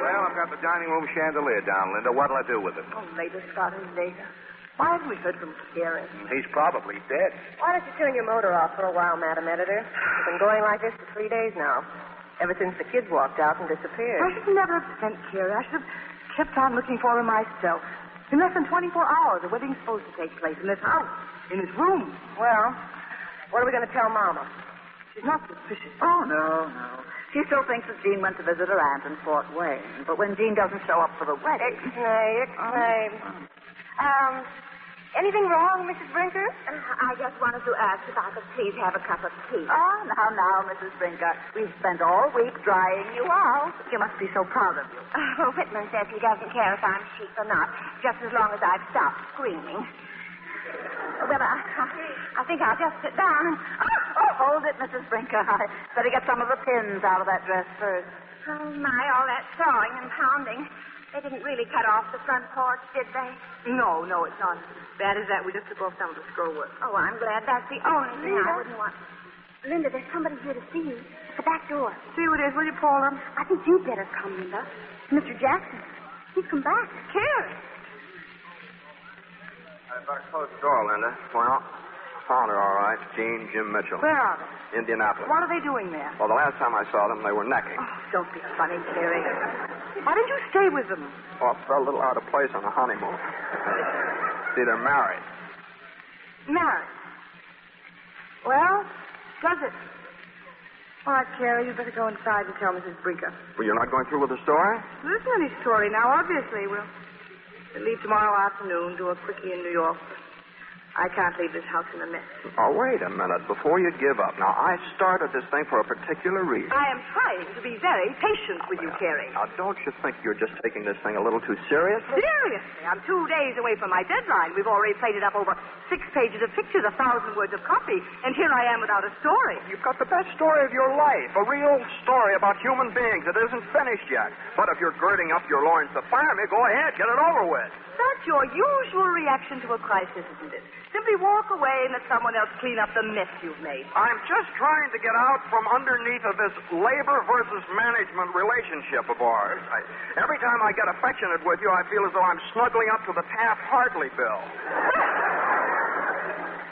S7: Well, I've got the dining room chandelier down, Linda. What'll I do with it?
S3: Oh, later, Scotty, later. Why haven't we heard from Gary?
S7: He's probably dead.
S11: Why don't you turn your motor off for a while, Madam Editor? It's been going like this for three days now. Ever since the kid walked out and disappeared.
S3: I should never have sent Gary. I should have kept on looking for him myself. In less than 24 hours, the wedding's supposed to take place in this house, in this room.
S11: Well, what are we going to tell Mama?
S3: She's not suspicious.
S12: Oh, no, no. She still thinks that Jean went to visit her aunt in Fort
S11: uh,
S12: Wayne. But when Jean doesn't show up for the wedding.
S11: Snape, Snape. Um,
S4: Anything wrong, Mrs. Brinker?
S13: Uh, I just wanted to ask if I could please have a cup of tea. Oh, now, now, Mrs. Brinker. We've spent all week drying you out. You must be so proud of you.
S4: Oh, Whitman says he doesn't care if I'm chic or not, just as long as I've stopped screaming.
S13: Well, I, I- I think I'll just sit down. and- Oh, hold it, Mrs. Brinker. I better get some of the pins out of that dress first.
S4: Oh, my, all that sawing and pounding. They didn't really cut off the front porch, did they?
S3: No, no, it's not. Bad as that, we just took off some of the scrollwork.
S4: Oh, I'm glad that's the only thing I
S5: Linda?
S4: wouldn't want.
S5: Linda, there's somebody here to see you at the back door.
S3: See who it is, will you, Paula?
S5: I think you'd better come, Linda. Mr. Jackson. He's come back. Carrie.
S7: If I close the door, Linda. Well, I found her all right. Jean, Jim Mitchell.
S3: Where are they?
S7: Indianapolis.
S3: What are they doing there?
S7: Well, the last time I saw them, they were necking.
S3: Oh, Don't be funny, Carrie. Why didn't you stay with them?
S7: Well, I felt a little out of place on the honeymoon. See, they're married.
S3: Married. Well, does it? All right, Carrie, you better go inside and tell Mrs. Brinker.
S7: Well, you're not going through with the story?
S3: Well, This isn't any story now, obviously. We'll we'll leave tomorrow afternoon, do a quickie in New York. I can't leave this house in a mess.
S7: Oh, wait a minute. Before you give up. Now, I started this thing for a particular reason.
S3: I am trying to be very patient with you, Carrie.
S7: Now, don't you think you're just taking this thing a little too seriously?
S3: Seriously, I'm two days away from my deadline. We've already plated up over six pages of pictures, a thousand words of copy, and here I am without a story.
S7: You've got the best story of your life, a real story about human beings that isn't finished yet. But if you're girding up your loins to fire me, go ahead, get it over with.
S3: That's your usual reaction to a crisis, isn't it? Simply walk away and let someone else clean up the mess you've made.
S7: I'm just trying to get out from underneath of this labor versus management relationship of ours. I, every time I get affectionate with you, I feel as though I'm snuggling up to the Taft-Hartley bill.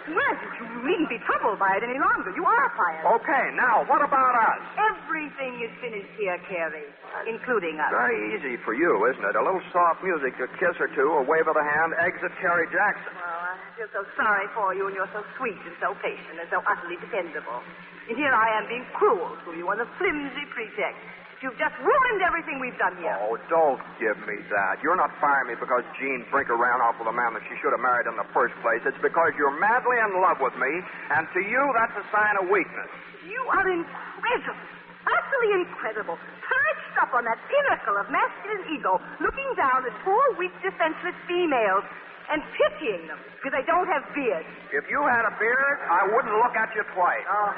S3: Well, you you needn't be troubled by it any longer. You are fired.
S7: Okay, now, what about us?
S3: Everything is finished here, Carrie, including us.
S7: Very easy for you, isn't it? A little soft music, a kiss or two, a wave of the hand, exit Carrie Jackson.
S3: Well, Ah, I feel so sorry for you, and you're so sweet and so patient and so utterly dependable. And here I am being cruel to you on a flimsy pretext. You've just ruined everything we've done here.
S7: Oh, don't give me that. You're not firing me because Jean Brinker ran off with a man that she should have married in the first place. It's because you're madly in love with me, and to you, that's a sign of weakness.
S3: You are incredible. Utterly incredible. Perched up on that pinnacle of masculine ego, looking down at poor, weak, defenseless females and pitying them because they don't have beards.
S7: If you had a beard, I wouldn't look at you twice.
S3: Oh.
S7: Oh.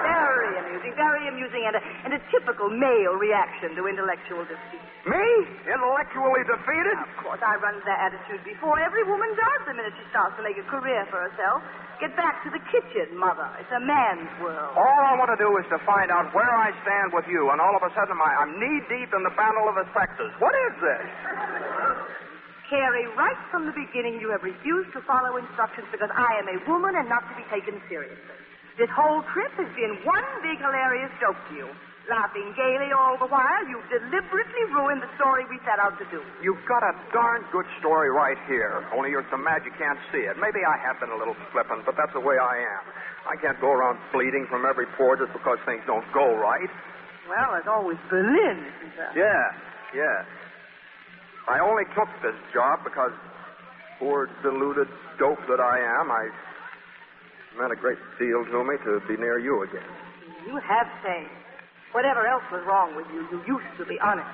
S3: Very amusing, very amusing, and a, and a typical male reaction to intellectual defeat.
S7: Me? Intellectually defeated?
S3: Of course, I run into that attitude before every woman does the minute she starts to make a career for herself. Get back to the kitchen, mother. It's a man's world.
S7: All I want to do is to find out where I stand with you, and all of a sudden my, I'm knee deep in the battle of the sexes. What is this?
S3: Carrie, right from the beginning, you have refused to follow instructions because I am a woman and not to be taken seriously. This whole trip has been one big hilarious joke to you. Laughing gaily all the while, you've deliberately ruined the story we set out to do.
S7: You've got a darn good story right here, only you're so mad you can't see it. Maybe I have been a little flippant, but that's the way I am. I can't go around bleeding from every pore just because things don't go right.
S3: Well, as always, Berlin, isn't there?
S7: Yeah, yeah. I only took this job because, poor deluded dope that I am, I it meant a great deal to me to be near you again.
S3: You have changed. Whatever else was wrong with you, you used to be honest.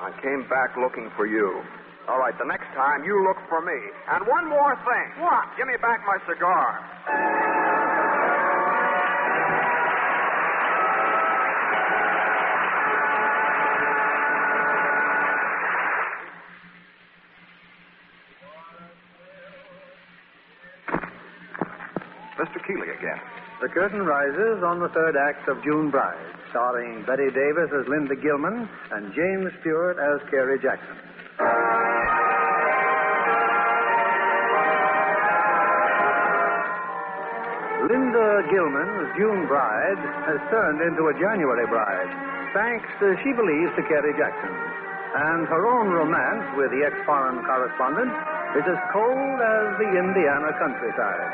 S7: I came back looking for you. All right, the next time you look for me. And one more thing. What? Give me back my cigar. Mr. Keeley again.
S2: The curtain rises on the third act of June Bride, starring Betty Davis as Linda Gilman and James Stewart as Carrie Jackson. Linda Gilman, June Bride, has turned into a January bride, thanks, uh, she believes, to Carrie Jackson. And her own romance with the ex-foreign correspondent is as cold as the Indiana countryside.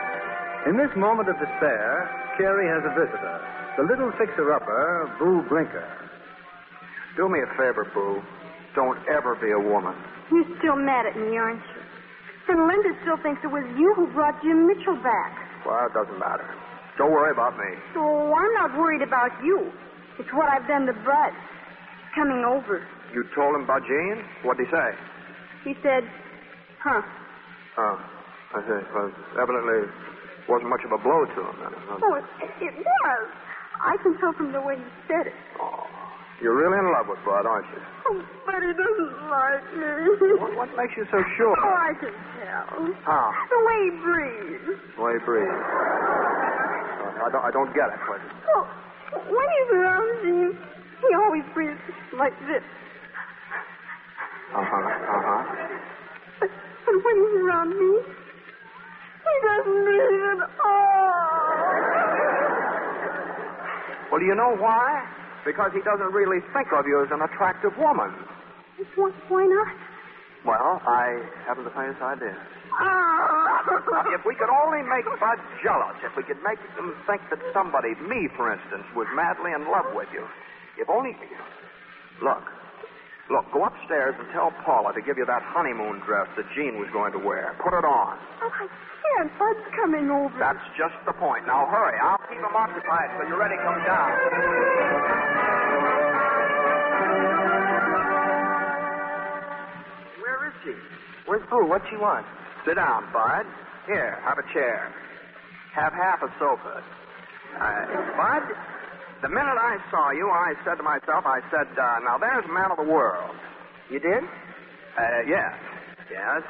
S2: In this moment of despair, Carrie has a visitor, the little fixer-upper, Boo Brinker.
S7: Do me a favor, Boo. Don't ever be a woman.
S5: You're still mad at me, aren't you? Then Linda still thinks it was you who brought Jim Mitchell back.
S7: Well, it doesn't matter. Don't worry about me.
S5: So I'm not worried about you. It's what I've done to Bud. Coming over.
S7: You told him about Jean? What'd he say?
S5: He said, huh.
S7: Oh, I see. Well, evidently wasn't much of a blow to him. Then. huh?
S5: Oh, it, it was. I can tell from the way he said it.
S7: Oh, You're really in love with Bud, aren't you?
S5: Oh, but he doesn't like me.
S7: What, what makes you so sure? Ah,
S5: Oh, I can tell.
S7: How?
S5: The way he breathes.
S7: Why breathe? Uh, I don't, I don't get it. What,
S5: Oh, when he's around you, he always breathes like this.
S7: uh-huh, uh-huh.
S5: But when he's around me, he doesn't breathe at all.
S7: Well, do you know why? Because he doesn't really think of you as an attractive woman.
S5: Why, why not?
S7: Well, I haven't the faintest idea.
S5: Ah.
S7: If we could only make Bud jealous, if we could make him think that somebody, me for instance, was madly in love with you. If only. Look. Look, go upstairs and tell Paula to give you that honeymoon dress that Jean was going to wear. Put it on.
S5: Oh, I can't. Bud's coming over.
S7: That's just the point. Now hurry. I'll keep him occupied so you're ready to come down. Where is she? Where's Boo? What's she want? Sit down, Bud. Here, have a chair. Have half a sofa. Uh, Bud, the minute I saw you, I said to myself, I said, uh, now there's a man of the world. You did? Uh, yes. Yes.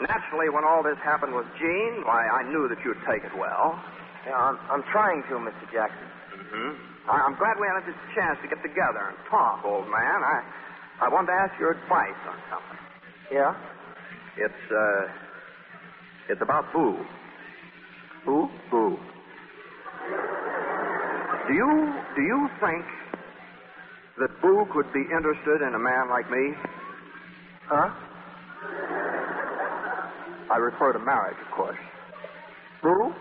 S7: Naturally, when all this happened with Jean, why, I knew that you'd take it well. Yeah, I'm, I'm trying to, Mr. Jackson. Mm-hmm. I, I'm glad we had this chance to get together and talk, old man. I, I wanted to ask your advice on something. Yeah? It's, uh, it's about Boo. Boo? Boo. Do you, do you think that Boo could be interested in a man like me? Huh? I refer to marriage, of course. Boo?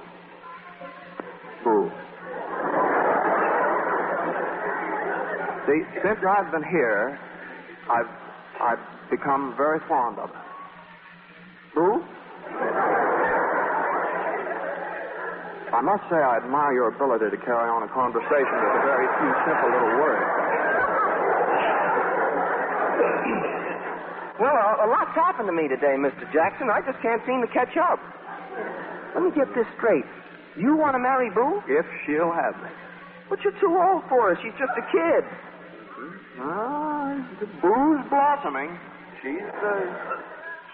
S7: Boo. See, since I've been here, I've I've become very fond of her. Boo? I must say I admire your ability to carry on a conversation with a very few simple little words.
S14: Well, a, a lot's happened to me today, Mr. Jackson. I just can't seem to catch up. Let me get this straight. You want to marry Boo?
S7: If she'll have me.
S14: But you're too old for her. She's just a kid.
S7: Ah, the boo's blossoming. She's uh,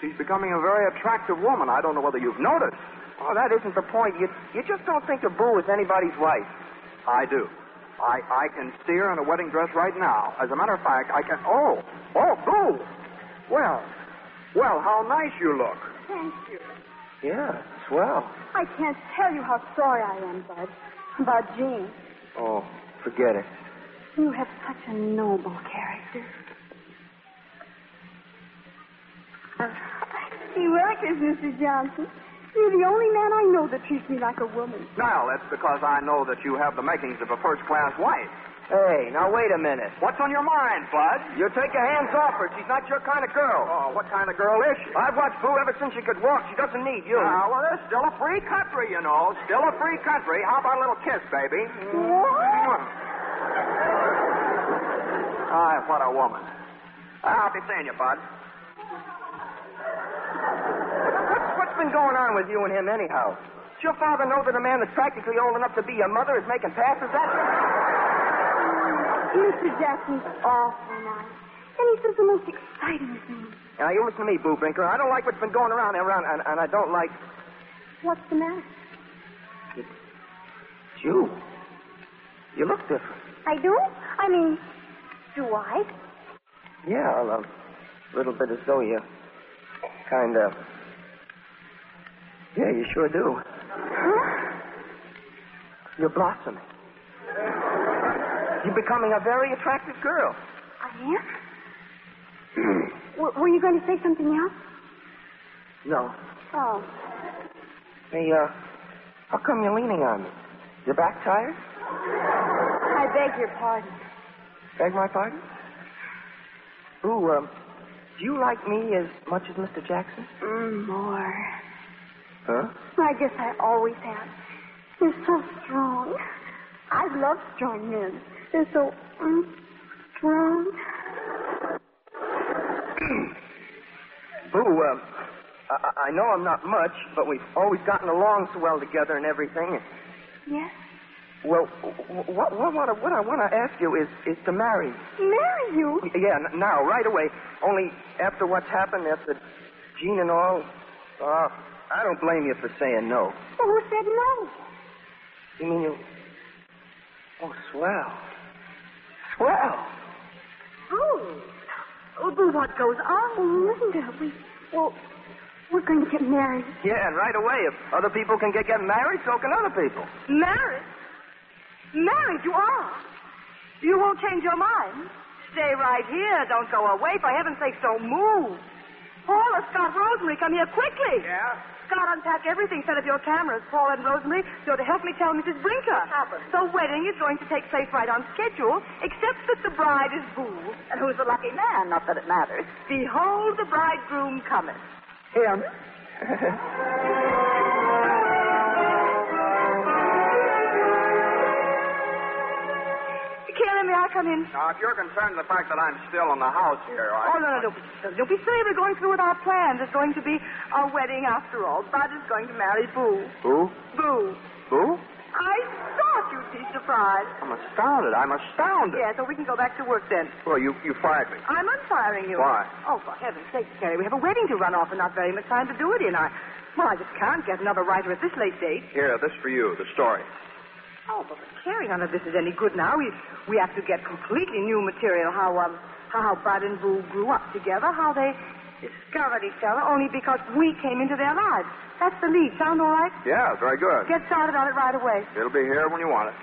S7: she's becoming a very attractive woman. I don't know whether you've noticed.
S14: Oh, that isn't the point. You, you just don't think of Boo as anybody's wife.
S7: I do. I, I can see her in a wedding dress right now. As a matter of fact, I can. Oh, oh, Boo! Well, well, how nice you look.
S5: Thank you.
S7: Yeah, swell.
S5: I can't tell you how sorry I am, Bud, about Jean.
S7: Oh, forget it.
S5: You have such a noble character. Uh, He reckons, Mr. Johnson. You're the only man I know that treats me like a woman.
S7: Now, that's because I know that you have the makings of a first class wife.
S14: Hey, now wait a minute.
S7: What's on your mind, Bud?
S14: You take your hands off her. She's not your kind of girl.
S7: Oh, what kind of girl is she?
S14: I've watched Boo ever since she could walk. She doesn't need you.
S7: Now, well, it's still a free country, you know. Still a free country. How about a little kiss, baby? What? Ah, what a woman. I'll be seeing you, Bud.
S14: What's, what's been going on with you and him, anyhow? Does your father know that a man that's practically old enough to be your mother is making passes at you?
S5: Mr. Jackson's awful nice. And he says the most exciting things.
S14: Now, you listen to me, Boo Brinker. I don't like what's been going around and around, and, and I don't like
S5: What's the matter?
S14: you. You look different.
S5: I do? I mean, do I?
S14: Yeah, well, a little bit as though you kind of. Yeah, you sure do. You're blossoming. You're becoming a very attractive girl.
S5: I am? W- were you going to say something else?
S14: No.
S5: Oh.
S14: Hey, uh, how come you're leaning on me? Your back tired?
S5: I beg your pardon.
S14: Beg my pardon? Ooh, um, Do you like me as much as Mr. Jackson?
S5: Mm, more.
S14: Huh?
S5: I guess I always have. You're so strong. I love strong men. They're so mm, strong.
S14: Boo, uh, I-, I know I'm not much, but we've always gotten along so well together and everything.
S5: Yes.
S14: Well, what, what, what, I- what I want to ask you is, is to marry.
S5: Marry you?
S14: Yeah, n- now, right away. Only after what's happened, after Gene and all, uh, I don't blame you for saying no.
S5: Well, who said no?
S14: You mean you. Oh, swell. Swell.
S5: Oh. Oh, but what goes on? Oh, Linda, we. Well, we're going to get married.
S14: Yeah, and right away, if other people can get, get married, so can other people.
S3: Married? Married, you are. You won't change your mind. Stay right here. Don't go away. For heaven's sake, don't move. Paul and Scott Rosemary, come here quickly. Yeah? Scott, unpack everything. Set up your cameras. Paul and Rosemary, you're to help me tell Mrs. Brinker. What happened? The wedding is going to take place right on schedule, except that the bride is Boo. And who's the lucky man? Not that it matters. Behold the bridegroom cometh.
S14: Him?
S3: Kira, may I come in?
S8: Now, if you're concerned with the fact that I'm still in the house here, I.
S3: Oh, no, no, don't be silly. Don't be silly. We're going through with our plans. It's going to be a wedding after all. Bud is going to marry Boo.
S14: Oh,
S7: Who?
S3: Boo.
S7: Who?
S3: I thought you'd be surprised.
S7: I'm astounded. I'm astounded.
S3: Yeah, so we can go back to work then.
S7: Well, you, you fired me.
S3: I'm unfiring you.
S7: Why?
S3: Oh, for heaven's sake, Carrie, we have a wedding to run off and not very much time to do it in. I, well, I just can't get another writer at this late date.
S7: Here, this for you, the story.
S3: Oh, but Carrie, none of this is any good now. We we have to get completely new material. How um how Bud and Boo grew up together, how they discovered each other only because we came into their lives. That's the lead. Sound all right?
S7: Yeah, very good.
S3: Get started on it right away.
S7: It'll be here when you want it.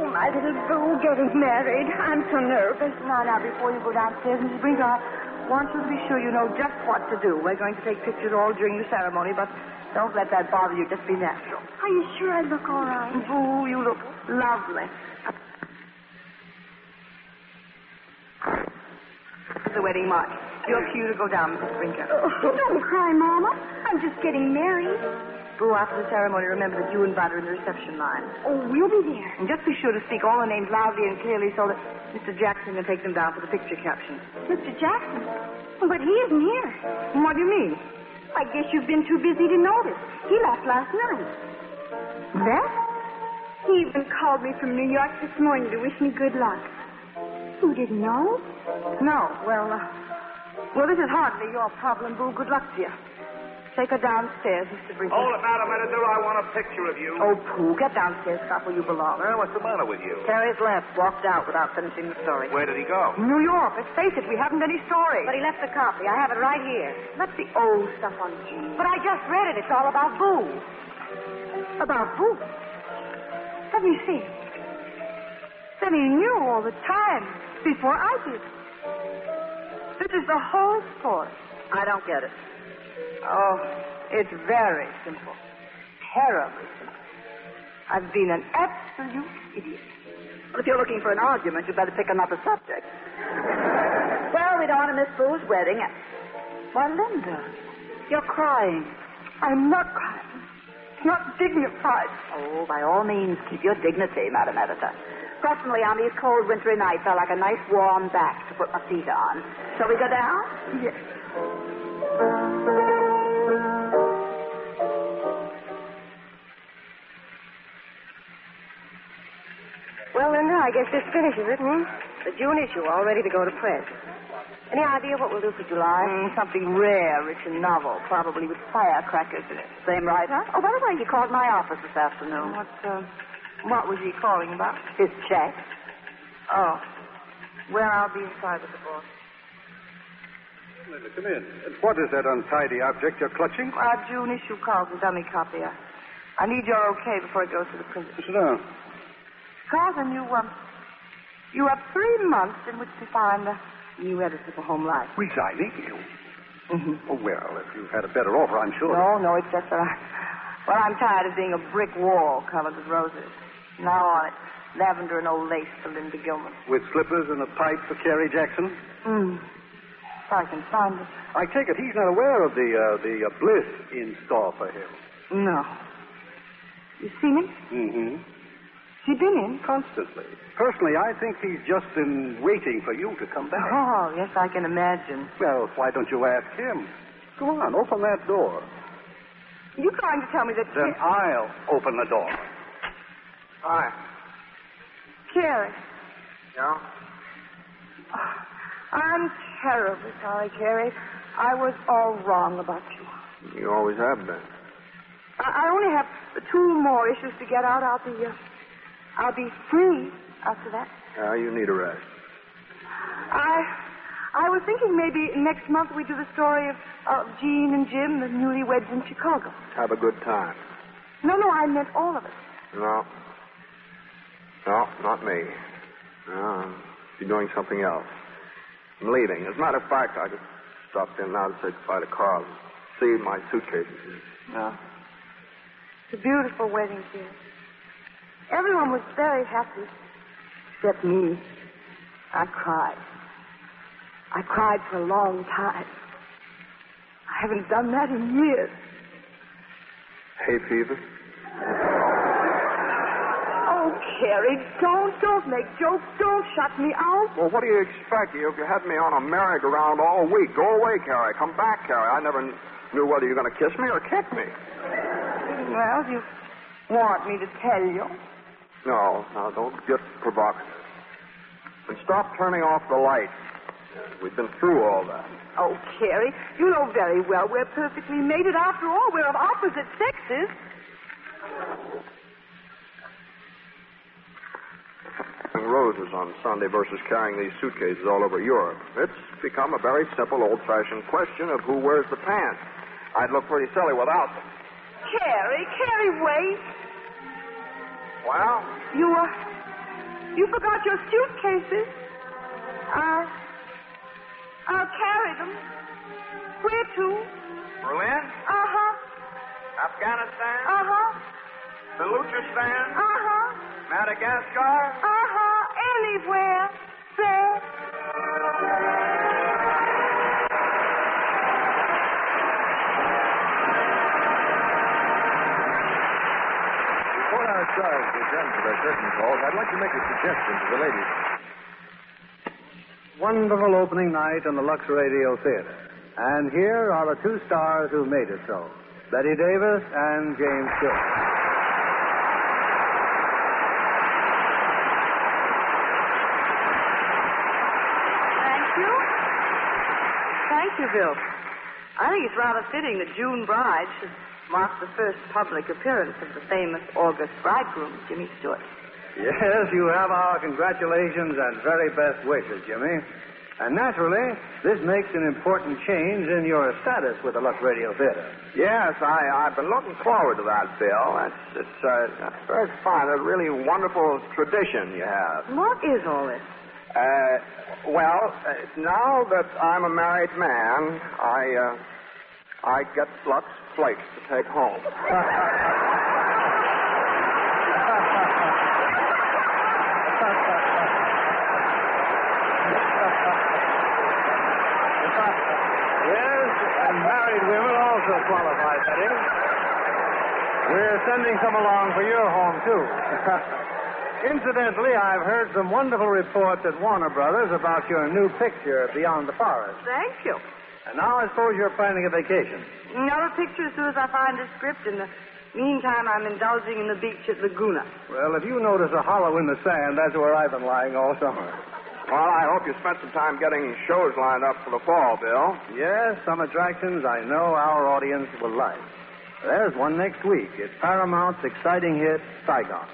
S4: Oh, my little boo getting married. I'm so nervous.
S3: Now, now, before you go downstairs, Mrs. Brinker, I want you to be sure you know just what to do. We're going to take pictures all during the ceremony, but don't let that bother you. Just be natural.
S5: Are you sure I look all right?
S3: Boo, you look lovely. The wedding march. Your cue to go down, Mrs. Brinker.
S5: Don't cry, Mama. I'm just getting married.
S3: Boo, after the ceremony, remember that you and Bud are in the reception line.
S5: Oh, we'll be there.
S3: And just be sure to speak all the names loudly and clearly so that Mr. Jackson can take them down for the picture caption.
S5: Mr. Jackson. But he isn't here.
S3: What do you mean?
S5: I guess you've been too busy to notice. He left last night.
S3: That?
S5: He even called me from New York this morning to wish me good luck. You didn't know?
S3: No. Well, uh, well, this is hardly your problem, Boo. Good luck to you. Take her downstairs, Mr. Brinkley.
S15: Hold it, madam editor. I want a picture of you.
S3: Oh, Pooh, get downstairs, stop where you belong.
S15: Well, what's the matter with you?
S3: Terry's left, walked out without finishing the story.
S15: Where did he go?
S3: New York, let's face it, we haven't any story.
S13: But he left the copy. I have it right here.
S3: That's the old stuff on Gene.
S13: But I just read it. It's all about Boo.
S3: About Boo? Let me see. Then he knew all the time, before I did. This is the whole story. I don't get it. Oh, it's very simple. Terribly simple. I've been an absolute idiot. Well, if you're looking for an argument, you'd better pick another subject.
S13: Well, we don't want to miss Boo's wedding.
S3: Why, Linda, you're crying. I'm not crying. It's not dignified.
S13: Oh, by all means, keep your dignity, Madam Editor. Presently, on these cold wintry nights, I like a nice warm back to put my feet on. Shall we go down?
S3: Yes.
S16: Well, Linda, I guess this finishes it, hmm? The June issue, all ready to go to press. Any idea what we'll do for July?
S3: Mm, something rare, rich and novel, probably with firecrackers in it. Same writer?
S13: Oh, by the way, he called my office this afternoon.
S3: What, uh, what was he calling about?
S13: His check.
S3: Oh. Well, I'll be inside with the boss.
S1: Linda, come in. What is that untidy object you're clutching?
S3: Our June issue calls a dummy copy. I, I need your okay before it goes to the printer.
S1: Sit down.
S3: Carlton, you, um, you have three months in which to find a new editor for Home Life.
S1: Resigning?
S3: Mm-hmm.
S1: Oh, well, if you've had a better offer, I'm sure.
S3: No, no, it's just that I. Well, I'm tired of being a brick wall covered with roses. From now on, it's lavender and old lace for Linda Gilman.
S2: With slippers and a pipe for Carrie Jackson?
S3: Mm. If I can find it.
S2: I take it he's not aware of the, uh, the uh, bliss in store for him.
S3: No. You see me?
S2: Mm-hmm.
S3: She been in?
S2: Constantly. Personally, I think he's just been waiting for you to come back.
S3: Oh, yes, I can imagine.
S2: Well, why don't you ask him? Go on, open that door.
S3: You trying to tell me that
S2: Then I'll open the door.
S8: Hi.
S3: Carrie.
S8: Yeah?
S3: I'm terribly sorry, Carrie. I was all wrong about you.
S7: You always have been.
S3: I, I only have two more issues to get out. I'll be, uh, I'll be free after that.
S7: Now you need a rest.
S3: I, I was thinking maybe next month we do the story of, of Jean and Jim, the newlyweds in Chicago.
S7: Have a good time.
S3: No, no, I meant all of it.
S7: No. No, not me. No, you're doing something else. I'm leaving. As a matter of fact, I just stopped in now to say goodbye to Carl. See my suitcases.
S3: No. It's a beautiful wedding, dear. Everyone was very happy. Except me. I cried. I cried for a long time. I haven't done that in years.
S7: Hay fever?
S3: Oh, Carrie, don't, don't make jokes. Don't shut me out.
S7: Well, what do you expect? You, you had me on a merry-go-round all week. Go away, Carrie. Come back, Carrie. I never kn- knew whether you were going to kiss me or kick me.
S3: Well, you want me to tell you.
S7: No, no, don't get provocative. And stop turning off the lights. We've been through all that.
S3: Oh, Carrie, you know very well we're perfectly mated after all. We're of opposite sexes.
S7: And roses on Sunday versus carrying these suitcases all over Europe. It's become a very simple, old-fashioned question of who wears the pants. I'd look pretty silly without them.
S3: Carrie, Carrie, wait.
S7: Well,
S3: You, uh, you forgot your suitcases. I, I'll carry them. Where to?
S15: Berlin?
S3: Uh-huh,
S15: Afghanistan?
S3: uh-huh,
S15: Baluchistan?
S3: uh-huh,
S15: Madagascar?
S3: uh-huh, anywhere. There.
S1: Before our stars return to their curtain calls, I'd like to make a suggestion to the ladies.
S2: Wonderful opening night in the Lux Radio Theater. And here are the two stars who made it so Betty Davis and James Stewart.
S3: Thank you. Thank you, Bill. I think it's rather fitting that June Bride should mark the first public appearance of the famous August bridegroom, Jimmy Stewart.
S2: Yes, you have our congratulations and very best wishes, Jimmy. And naturally, this makes an important change in your status with the Lux Radio Theater.
S7: Yes, I, I've been looking forward to that, Bill. It's, it's, uh, it's very fine, a really wonderful tradition you have.
S3: What is all this?
S7: Uh, well, uh, now that I'm a married man, I, uh, I get Lux Flakes to take home.
S2: Yes, and married women also qualify, Betty. We're sending some along for your home, too. Incidentally, I've heard some wonderful reports at Warner Brothers about your new picture, Beyond the Forest.
S3: Thank you.
S2: And now I suppose you're planning a vacation.
S3: Another picture as soon as I find a script. In the meantime, I'm indulging in the beach at Laguna.
S2: Well, if you notice a hollow in the sand, that's where I've been lying all summer.
S7: well, I hope you spent some time getting shows lined up for the fall, Bill.
S2: Yes, some attractions I know our audience will like. There's one next week. It's Paramount's exciting hit, Saigon.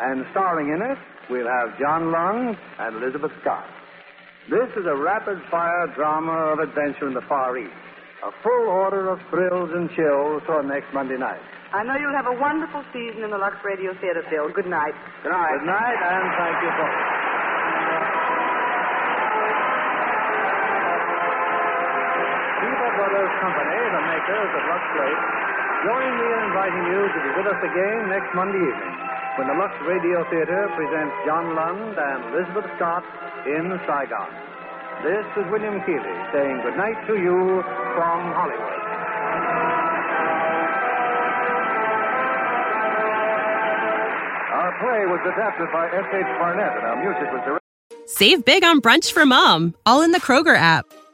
S2: And starring in it, we'll have John Lung and Elizabeth Scott. This is a rapid fire drama of adventure in the Far East. A full order of thrills and chills for next Monday night.
S3: I know you'll have a wonderful season in the Lux Radio Theater, Bill. Good night.
S2: Good night. Good night, and thank you both. Beaver Brothers Company, the makers of Lux Flakes, join me in inviting you to be with us again next Monday evening. when the Lux Radio Theater presents John Lund and Elizabeth Scott in Saigon. This is William Keeley saying goodnight to you from Hollywood.
S1: Our play was adapted by S.H. Barnett, and our music was directed.
S11: Save big on brunch for mom, all in the Kroger app.